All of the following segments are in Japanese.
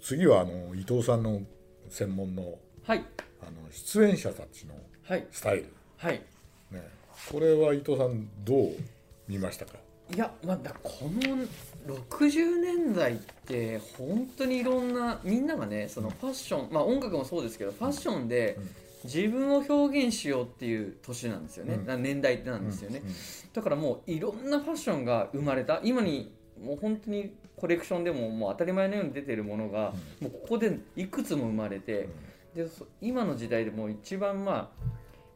次はあの伊藤さんの専門のはいあの出演者たちのはいスタイル、はいね、これは伊藤さんどう見ましたかいやまあだこの60年代って本当にいろんなみんながねそのファッション、まあ音楽もそうですけどファッションでうん自分を表現しようっていう年なんですよね、うんな年代ってなんですよね、だからもういろんなファッションが生まれた今にもう本当にコレクションでももう当たり前のように出てるものが、もうここでいくつも生まれて、でそ今の時代でもう一番まあ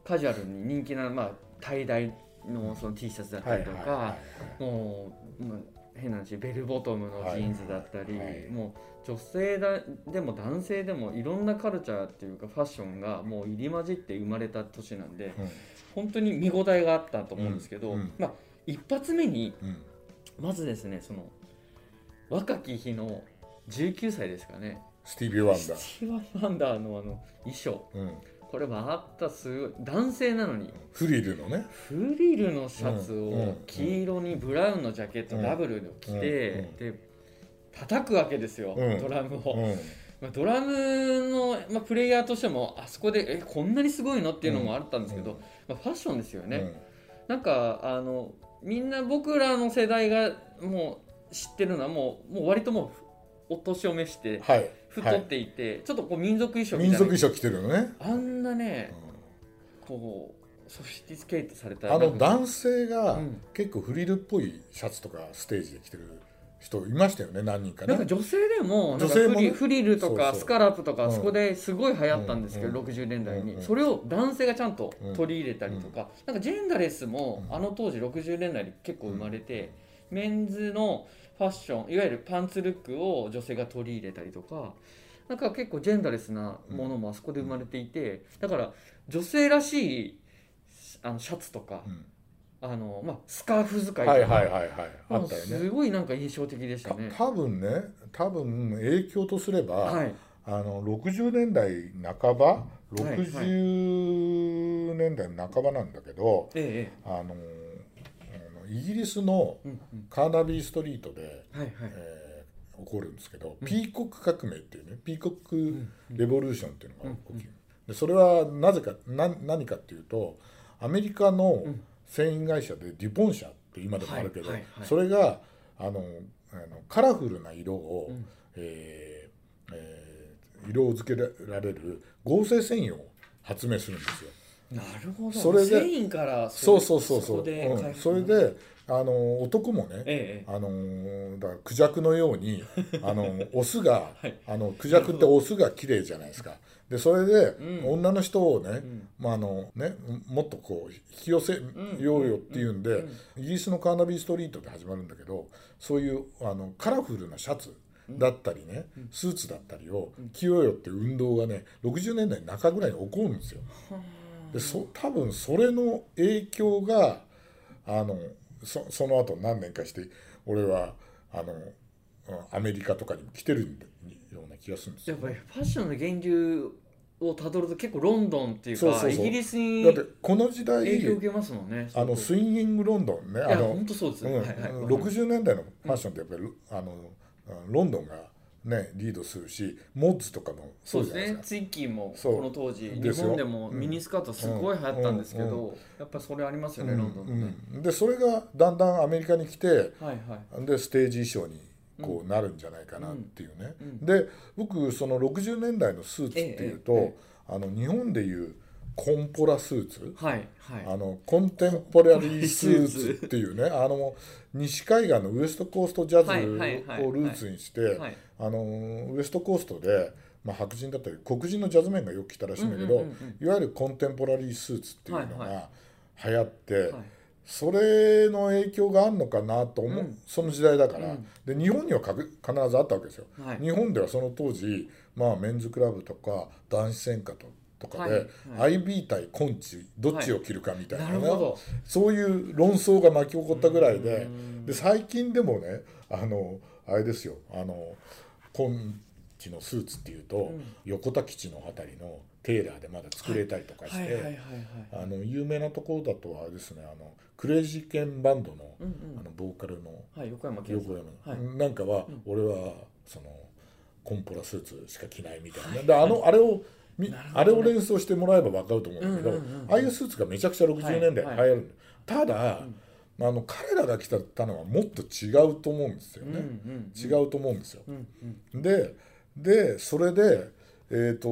カジュアルに人気なまあ大々のその T シャツだったりとか、もうもう変な話ベルボトムのジーンズだったり、はいはいはいもう女性だでも男性でもいろんなカルチャーっていうかファッションがもう入り混じって生まれた年なんで本当に見応えがあったと思うんですけど、うんうんまあ一発目にうんうんまずですねその若き日の19歳ですかねスティービー・ワンダー、スティーブン・ワンダーのあの衣装うん、これはあったすごい男性なのにフリルのねフリルのシャツうんうをん黄色にブラウンのジャケットうんダブルの着て、うんうんで叩くわけですよ、うんドラムを、うんまあ、ドラムの、まあ、プレイヤーとしてもあそこでえこんなにすごいのっていうのもあったんですけど、うんまあ、ファッションですよね、なんかあのみんな僕らの世代がもう知ってるのはもうもう割ともうお年を召しうんてはい太っていて、ちょっとこう民族衣装はい、みたい民な族衣装着てるのね、あんなうねんこうソフィスティケートされたあの男性がうん結構フリルっぽいシャツとかステージで着てる人いましたよね何人かなねんか女性でもな女んか性フもねリフリルとそうかそうスカラップとうかんそこですごい流行ったんですけど、うん60年代うんにそれを男性がちゃんと取り入れたりとか、なんかジェンダーレスもうんあの当時60年代に結構生まれて、メンズのファッションいわゆるパンツルックを女性が取り入れたりとか。なんか結構ジェンダーレスなものもあそこで生まれていて、だから女性らしいあのシャツとか、うんあのまあ、スカーフ使いとか、はいはいはいはいあもうったよねすごいなんか印象的でしたね。た多分ね多分影響とすれば、はい、あの60年代半ばいはい60年代半ばなんだけど、えええあのあのイギリスのえうんうんカーナビーストリートで、はいはい。えー起こるんですけど、うんピーコック革命っていうねピーコックレボリューションっていうのが起きる、うんうんでそれはなぜかな何かっていうとアメリカのうん繊維会社でデュポン社って今でもあるけど、はいはいはいそれがあのあのカラフルな色を、うんえーえー色を付けられる合成繊維を発明するんですよ。なるほど。それで繊維からそうそうそうそう。こでうん開発それであの男もね、えええあのーだからクジャクのように あのオスが、はいあのクジャクってオスが綺麗じゃないですかでそれで、うん女の人をね、んまああのねもっとこう引き寄せようよっていうんで、イギリスのカーナビーストリートで始まるんだけどそういうあのカラフルなシャツだったりね、スーツだったりを着ようよっていう運動がね60年代中ぐらいに起こるんですよ。え。はでそ多分それの影響があのそその後何年かして俺はあのうんアメリカとかにも来てるんだような気がするんですあやよっ。ぱりファッションの源流をたどると結構ロンドンっていうかそうそうそうイギリスにだってこの時影響を代受けますもんね。あのそうスインギングロンドンねいあやの本当そうです。うんはいはい。 60年代のファッションってやっぱり、あのロンドンが、ね、リードするしモッズとかもそそううじですゃないですねか。ツイッキーもそうこの当時で日すよ本でもうんミニスカートすごい流行ったんですけうんどやっぱりそれありますよねうんロンドンってねうんでそれがだんだんアメリカに来てはいはいでステージ衣装にこうなるんじゃないかなっていうね、うんうんで僕その60年代のスーツっていうと、ええあの日本でいうコンポラスーツ、はいはい。あのコンテンポラリースーツっていうねあの西海岸のウエストコーストジャズはいはいはいはいをルーツにしてはいあのウエストコーストで、まあ、白人だったり黒人のジャズメンがよく着たらしいんだけど、うんうんうんいわゆるコンテンポラリースーツっていうのはいはが流行って。はいそれの影響があるのかなと思う、うんその時代だから、うんで日本にはかく必ずあったわけですよ、はい日本ではその当時、まあ、メンズクラブとか男子専科ととかで、はいは IB 対コンチどっちを着るかみたいな,、なるほど。そういう論争が巻き起こったぐらいでうんで最近でもねあのあれですよあのコンチのスーツっていうと、ん横田基地のあたりのテーラーでまだ作れたりとかして。はいはいはいはい。あの有名なところだとあれですねあのクレイジーケンバンドの,、うんうんあのボーカルのはい横山健さん横山、はいなんかは、ん俺はそのコンポラスーツしか着ないみたいな、であのあれをみ、なるほどねあれを連想してもらえば分かると思うんだけど、うんうんうんうんああいうスーツがめちゃくちゃ60年代流行る、はいただ、あの彼らが着たのはもっと違うと思うんですようんうね、ん違うと思うんですよ。うんうんででそれで、えー、と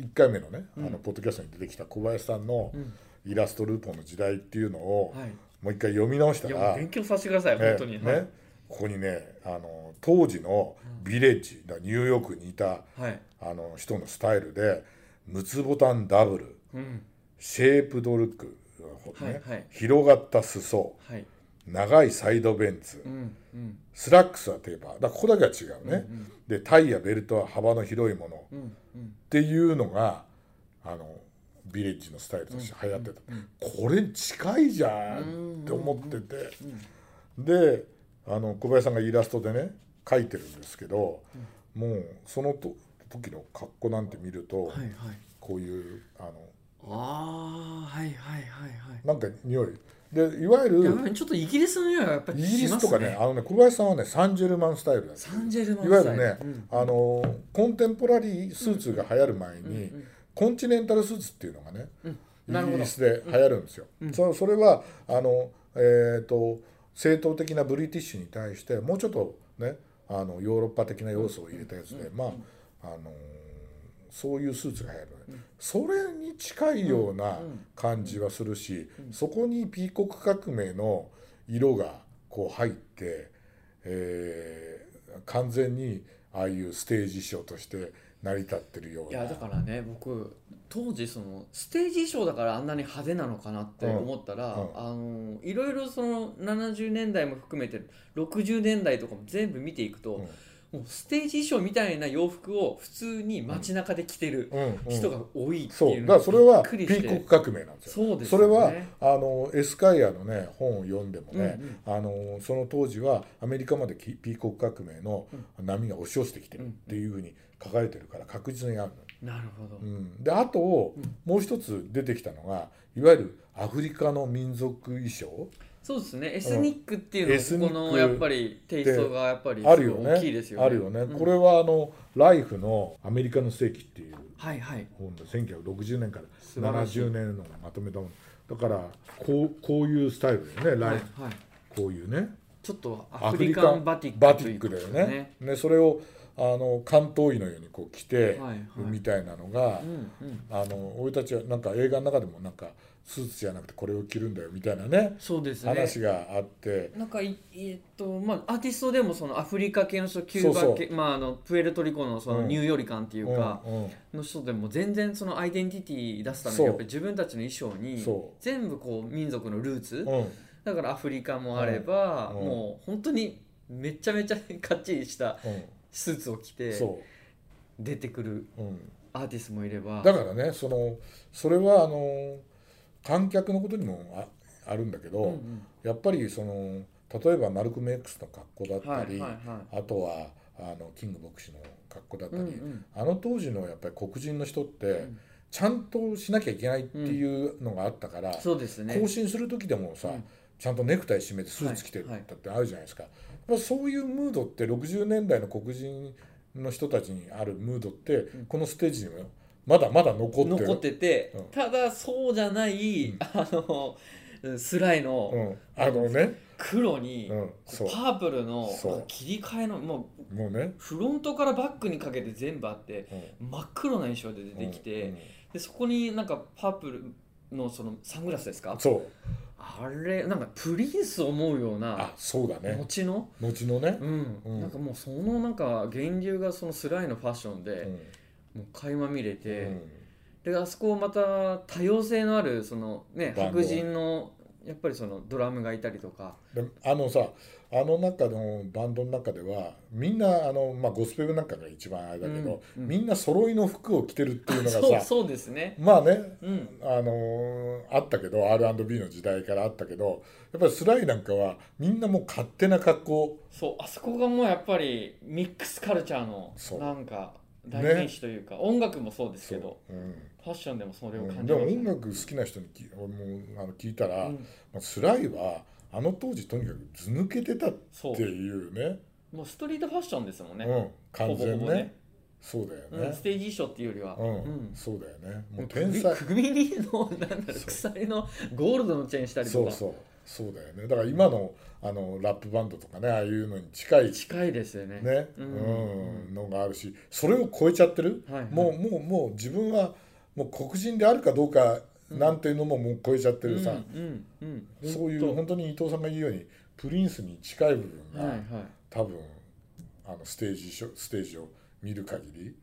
1回目のね、うんあのポッドキャストに出てきた小林さんのうんイラストルーポンの時代っていうのを、はいもう一回読み直したいやもらう勉強させてください、え本当に、ね、ここにねあの当時のビレッジ、だニューヨークにいたはい、はいあの人のスタイルで六つボタンダブルうんシェイプドルック、ねはいはい広がった裾はい長いサイドベンツ、うんうんスラックスはテーパーだからここだけは違うね、うんでタイやベルトは幅の広いものっうんうんていうのがあのビレッジのスタイルとして流行ってた、これ近いじゃんって思ってて、であの小林さんがイラストでね描いてるんですけど、もうそのと時の格好なんて見ると、はいはいこういうあのああはいはいはいはいなんか匂いでいわゆいやるっぱりちょっとイギリスの匂いはやっぱイりギしリまスすとねかねあのね小林さんはねサンジェルマンスタイルだったサンジェルマンいスわゆタるイルね、あのコンテンポラリースーツが流行る前に、コンチネンタルスーツっていうのがね、なるイほどギリスで流行るんですよ。そそれはあの、えー、と正統的なブリティッシュに対してもうちょっとねあのヨーロッパ的な要素を入れたやつで、まあ、あのーそういうスーツが流行る、それに近いような感じはするし、そこにピーコック革命の色がこう入って。えー完全にああいうステージショーとして成り立ってるよういなやだからね僕当時そのステージ衣装だからあんなに派手なのかなって思ったら、うんうんあのいろいろその70年代も含めて60年代とかも全部見ていくと、もうステージ衣装みたいな洋服を普通に街中で着てるうんうん人が多いってそいうだかうのらそれはびっくピりしーてコック革命なんですよ。そうですそよれねはあのエスカイアのね本を読んでもね、あのその当時はアメリカまできピーコック革命の波が押し寄せてきてるっていうふうに書かれてるから確実にあるの。なるほど、うん、であともう一つ出てきたのがいわゆるアフリカの民族衣装そうですねエスニックっていうエスのニックはここのやっぱりテイストがやっぱりあるよすごいね大きいですよねあるよね、うんこれはあのライフの「アメリカの世紀」っていうはいはい本で1960年から素晴らしい70年のまとめたものだからこうこういうスタイルだよねはライいフ、はいこういうねちょっとアフリカンバティックバティックだよということでねねそれをあの関東医のようにこう着て、はいはいみたいなのが、うんうんあの俺たちはなんか映画の中でもなんかスーツじゃなくてこれを着るんだよみたいなねそうですね話があってなんかいえっとまあアーティストでもそのアフリカ系の人キューそうバそ系まああのプエルトリコのそのうんニューヨリカンっていうか、うんうんの人でも全然そのアイデンティティ出すためそうにやっぱり自分たちの衣装にそう全部こう民族のルーツ、うんだからアフリカもあれば、うんうんもう本当にめちゃめちゃかっちりしたスーツを着うん、てそ出てくるう、うん、アーティストもいればだからねそのそれはあの観客のことにもああるんだけど、うんうんやっぱりその例えばマルコム X の格好だったはいり、はいはあとはあのキング牧師の格好だっい、うたんり、うん、あの当時のやっぱり黒人の人って、んちゃんとしなきゃいけないっていうのがあったから、そうですね更新する時でもさ、うんちゃんとネクタイ締めてスーツ着てるはいはいだってあるじゃないですか、やっぱそういうムードって60年代の黒人の人たちにあるムードって、このステージにもまだまだ残ってる残ってて、うんただそうじゃない、あのうんスライうのん、あのね、黒に、うん、パそうープルのそう切り替えのもうもうね、フロントからバックにかけて全部あってうん真っ黒な衣装で出てきて、うんでそこになんかパープルのそのサングラスですかそうあれなんかプリンス思うようなあそうだね後の、後のね、うんうんなんかもうそのなんか源流がそのスライのファッションうで、んもう垣間見れうて。んであそこまた多様性のあるその、ね、バンド白人のやっぱりそのドラムがいたりとかであのさあの中のバンドの中ではみんなあの、まあ、ゴスペルなんかが一番あれだけど、うんうんみんな揃いの服を着てるっていうのがさそうそうですね、まあねうん、あのーあったけど R&B の時代からあったけどやっぱりスライなんかはみんなもう勝手な格好そうあそこがもうやっぱりミックスカルチャーのそうなんか代ね名詞というか、音楽もそうですけどそううんファッションでもそれをう感んじでまもすね音楽好きな人にき俺もあの聞いたら、うんまあスライはあの当時とにかく図抜けてたっそうていうねもうストリートファッションですもんね、うん、完全ほぼほねぼねそうだようんねス、テージ衣装っていうよりは、うんうんそうだよねもう首天才首にのなんだろう鎖のゴールドのチェーンしたりとそかうそうそうだよねだから今のあのラップバンドとかねああいうのに近い近いですよねね、ううんんのがあるしそれを超えちゃってる、はいはいもうもうもう自分はもう黒人であるかどうかなんていうのももう超えちゃってるさ、うんうんうん、そういほうん本当に伊藤さんが言うようにプリンスに近い部と分はいが、はい多分あのステージショステージを見る限り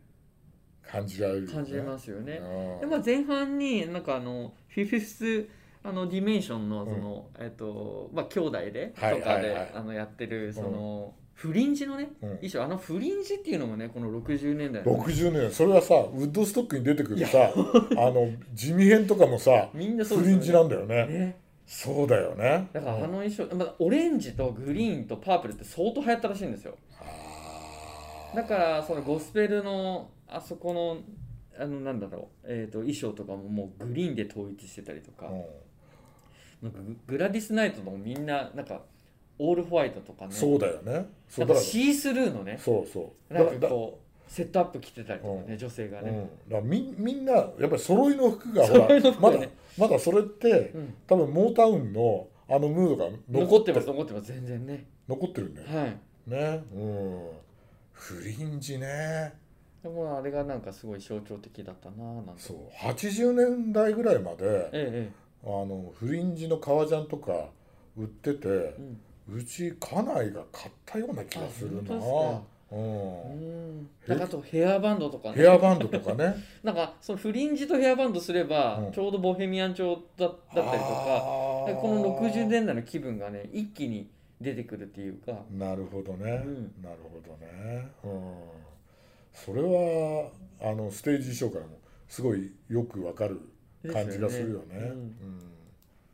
感じられるよね、感じれますよね。うんでまあ、前半になんかあのフィフィスあのディメンションのその、えっとまあ兄弟でとかはいで、はいはいあのやってるその、フリンジのねうん衣装あのフリンジっていうのもねこの60年代の60年それはさウッドストックに出てくるさ あの地味編とかもさみんなそうフでリすよンねジなんだよねねそうだよねだからあうんの衣装、まあ、オレンジとグリーンとパープルって相当流行ったらしいんですよあーだからそのゴスペルのあそこのあのなんだろう、えっと衣装とかももうグリーンで統一してたりとか、うんなんかググラディス・ナイトのみんななんかオールホワイトとかねそうだよねそなうんだかからシースルーのねそうそうなだんかかだらこうセットアップ着てたりとかね、うん女性がうね、んだからみみんなやっぱり揃いの服がほら揃いの服まがだねまだそれってうん多分モータウンのあのムードが残ってます残ってます全然ね残ってるんだよはいねうんフリンジねでもあれがなんかすごい象徴的だったなぁなんてそう80年代ぐらいまでえあのフリンジの革ジャンとか売っててえええうんうち家内が買ったような気がするなあ本うんうんだからあとヘアバンドとかヘねアバンド とかねなんかそのフリンジとヘアバンドすれば、うんちょうどボヘミアン調だだったりとかあでーこの60年代の気分がね一気に出てくるっていうかなるほどね、うんなるほどね、うん、それはあのステージ衣装からもすごいよくわかる感じがするよねですよねうん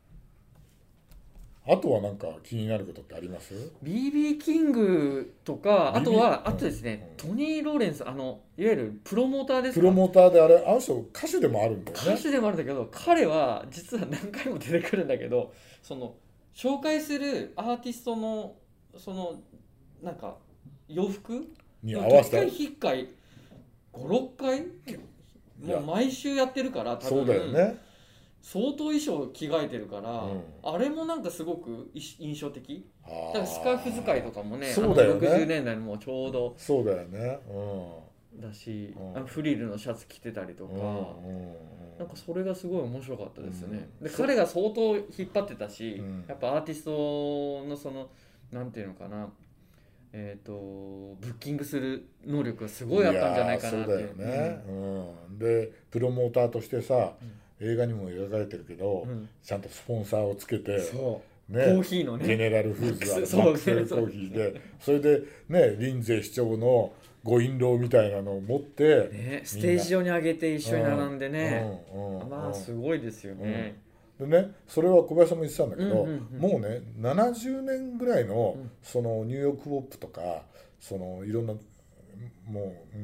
うんあとはなんか気になることってあります BB キングとか、 BB あとは、うんあとですね、うトニー・ローレンス、あの、いわゆるプロモーターですかプロモーターであれあの人歌手でもあるんだよ歌ね手でもあるんだけど、彼は実は何回も出てくるんだけど、その、紹介するアーティストの、その、なんか、洋服に合わせ回、て1回、5、6回いもやう毎週やってるから、多分そうだよね、相当衣装着替えてるから、うんあれもなんかすごく印印象的。あーだからスカーフ使いとかもね、そうだよねあの60年代のもうちょうど。そうだよねうだし、うんあのフリルのシャツ着てたりとか、んうんうんうんなんかそれがすごい面白かったですね、うんで彼が相当引っ張ってたし、うんやっぱアーティストのそのなんていうのかなえっ、とブッキングする能力がすごいあったんじゃないかなっていやーそうだよね、うんでプロモーターとしてさ、映画にも描かれてるけど、うんうんちゃんとスポンサーをつけて、そねう、コーヒーのジェねネラルフーズはマッマックスそうクスウェルコーヒーでそれでねリンゼ市長のご印籠みたいなのを持って、ねステージ上に上げて一緒に並んでね、うんうんまあすごいですよね、うんでねそれは小林さんも言ってたんだけど、うんうんうんもうね70年ぐらいの、うんそのニューヨーク・ポップとかそのいろんなもうもう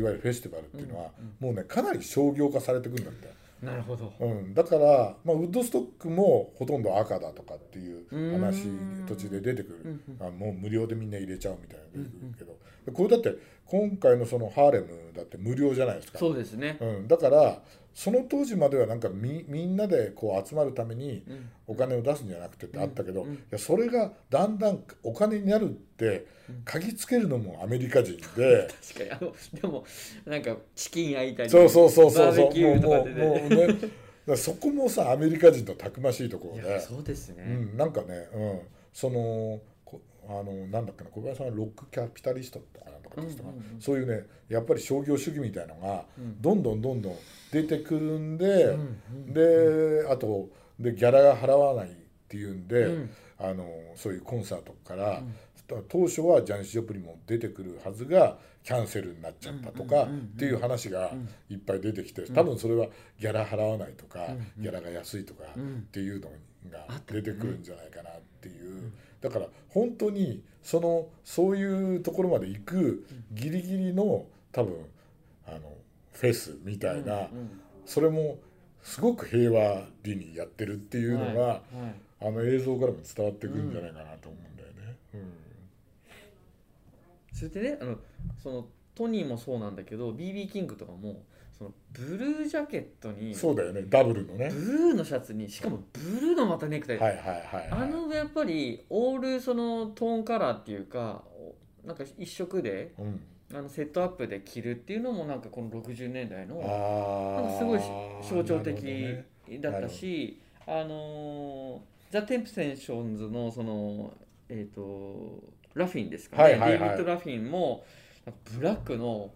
いわゆるフェスティバルっていうのは、もうねかなり商業化されてくんだって。なるほどうん、だから、まあ、ウッドストックもほとんど赤だとかっていう話うーん途中で出てくうるんうんあもう無料でみんな入れちゃうみたいなの出てくるけど、でこれだって今回のそのハーレムだって無料じゃないですかそうですね、うん、だからその当時まではなんかみみんなでこう集まるためにうんお金を出すんじゃなくてってあったけど、うんうんいやそれがだんだんお金になるって嗅ぎつけるのもアメリカ人 で。確かにあのでもなんかチキン焼いたりそうそうそうそうそうバーベキューともかうもうでもねうねだからそこもさアメリカ人のたくましいところいやでそうですうね、ん、なんかね、うん、そのこあのなんだっけな小林さんはロックキャピタリストとかなんとかって言ってたかなうんうんうんそういうねやっぱり商業主義みたいのがうんどんどんどんどん出てくるんで、んであとでギャラが払わないっていうんで、うんあのそういうコンサートから、うん当初はジャニス・ジョプリンも出てくるはずがキャンセルになっちゃったとかうんうんうんうんっていう話がうんいっぱい出てきて多分それはギャラ払わないとか、うんうんギャラが安いとか、うんっていうのがあった出ねてくるんじゃないかなっていう、だから本当にそのそういうところまで行くギリギリの多分あのフェスみたいな、うんそれもすごく平和裏にやってるっていうのが、はいはいあの映像からも伝わってくるんじゃないかなと思うんだよね。うんそれでねあのそのトニーもそうなんだけど BB キングとかもそのブルージャケットにそうだよねダブルのねブルーのシャツにしかもブルーのまたネクタイ、はいはいはい、はあい、のやっぱりオールそのトーンカラーっていうかなんか一色でうん、あのセットアップで着るっていうのもなんかこの60年代のあなんーかすごいなる象徴ほど的ねだったし、あのーザ・テンプセンションズのそのえっ、とラフィンですかね、はいはいはいデイビッド・ラフィンもなんかブラックの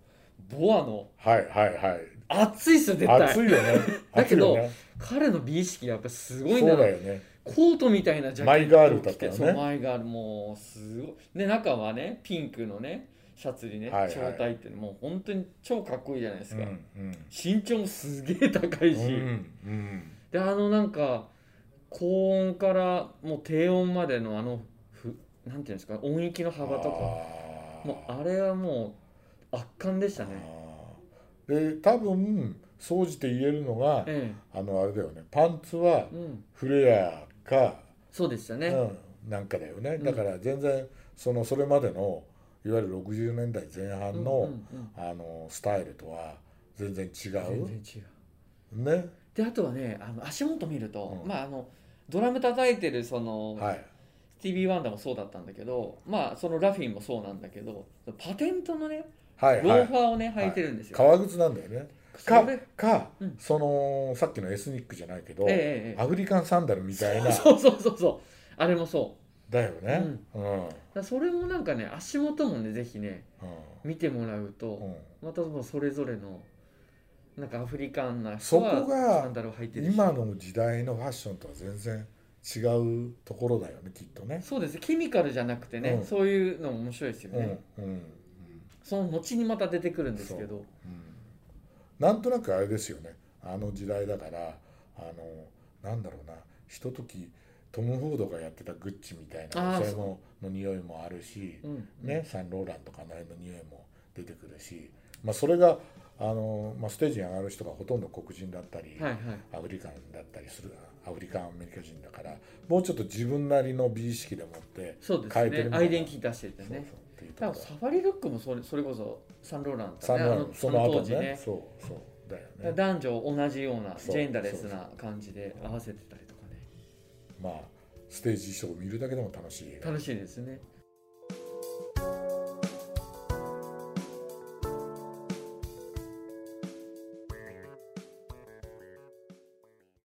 ボアのはいはいはい熱いっすよ絶対熱いよね だけど熱いよね彼の美意識がやっぱすごいんそだうだなよねコートみたいなジャケットを着てマイガールだったよねそうマイガールもうすごいで中はねピンクのねシャツにねはいはい超体っていうのもう本当に超かっこいいじゃないですうんか、うん身長もすげえ高いし、うんであのなんか高音からもう低音までのあのふなんていうんですか音域の幅とかかもうあれはもう圧巻でしたね。あーで多分総じて言えるのがえあのあれだよねパンツはえ、うん、フレアか、そうでしたね。うん、なんかだよねだから全然そのそれまでのいわゆる60年代前半の、うんうんあのスタイルとは全然違うん、う全然違う。ねであとはねあの足元見ると、うんまああのドラム叩いてるその、はいスティービー・ワンダーもそうだったんだけどまあそのラフィンもそうなんだけどパテントのねはいロはーいファーをね、履いてるんですよ。革靴なんだよねそかれか、うんそのさっきのエスニックじゃないけど、ええええアフリカンサンダルみたいなそうそうそうそうあれもそう。だよねうんうんだからそれもなんかね足元もねぜひね見てもらうと、またもうそれぞれのなんかアフリカンな人はそこがサンダルを履いてうんるし今の時代のファッションとは全然違うところだよねきっとねそうですケミカルじゃなくてね、うんそういうのも面白いですようんね、うんうんその後にまた出てくるんですけどうんなんとなくあれですよねあの時代だからあのなんだろうなひとときトム・フォードがやってたグッチみたいなあおーれもの匂いもあるし、う、ん、ね、サンローランとかあの辺の匂いも出てくるし、まあ、それがあの、まあ、ステージに上がる人がほとんど黒人だったり、はいはいアフリカンだったりするアフリカンアメリカ人だからもうちょっと自分なりの美意識でもってそうで変えすてるみたいねなアイデンティティ出しててそうそうっねていうとこ多ろ分サファリルックもそれそれこそサンローランサとンねローあラのンそそのの後当時ねねそうそうだよねだから男女同じようなジそうェンダーレスそうな感じで合わせてたりとかねまあステージ衣装を見るだけでも楽しい映画楽しいですね「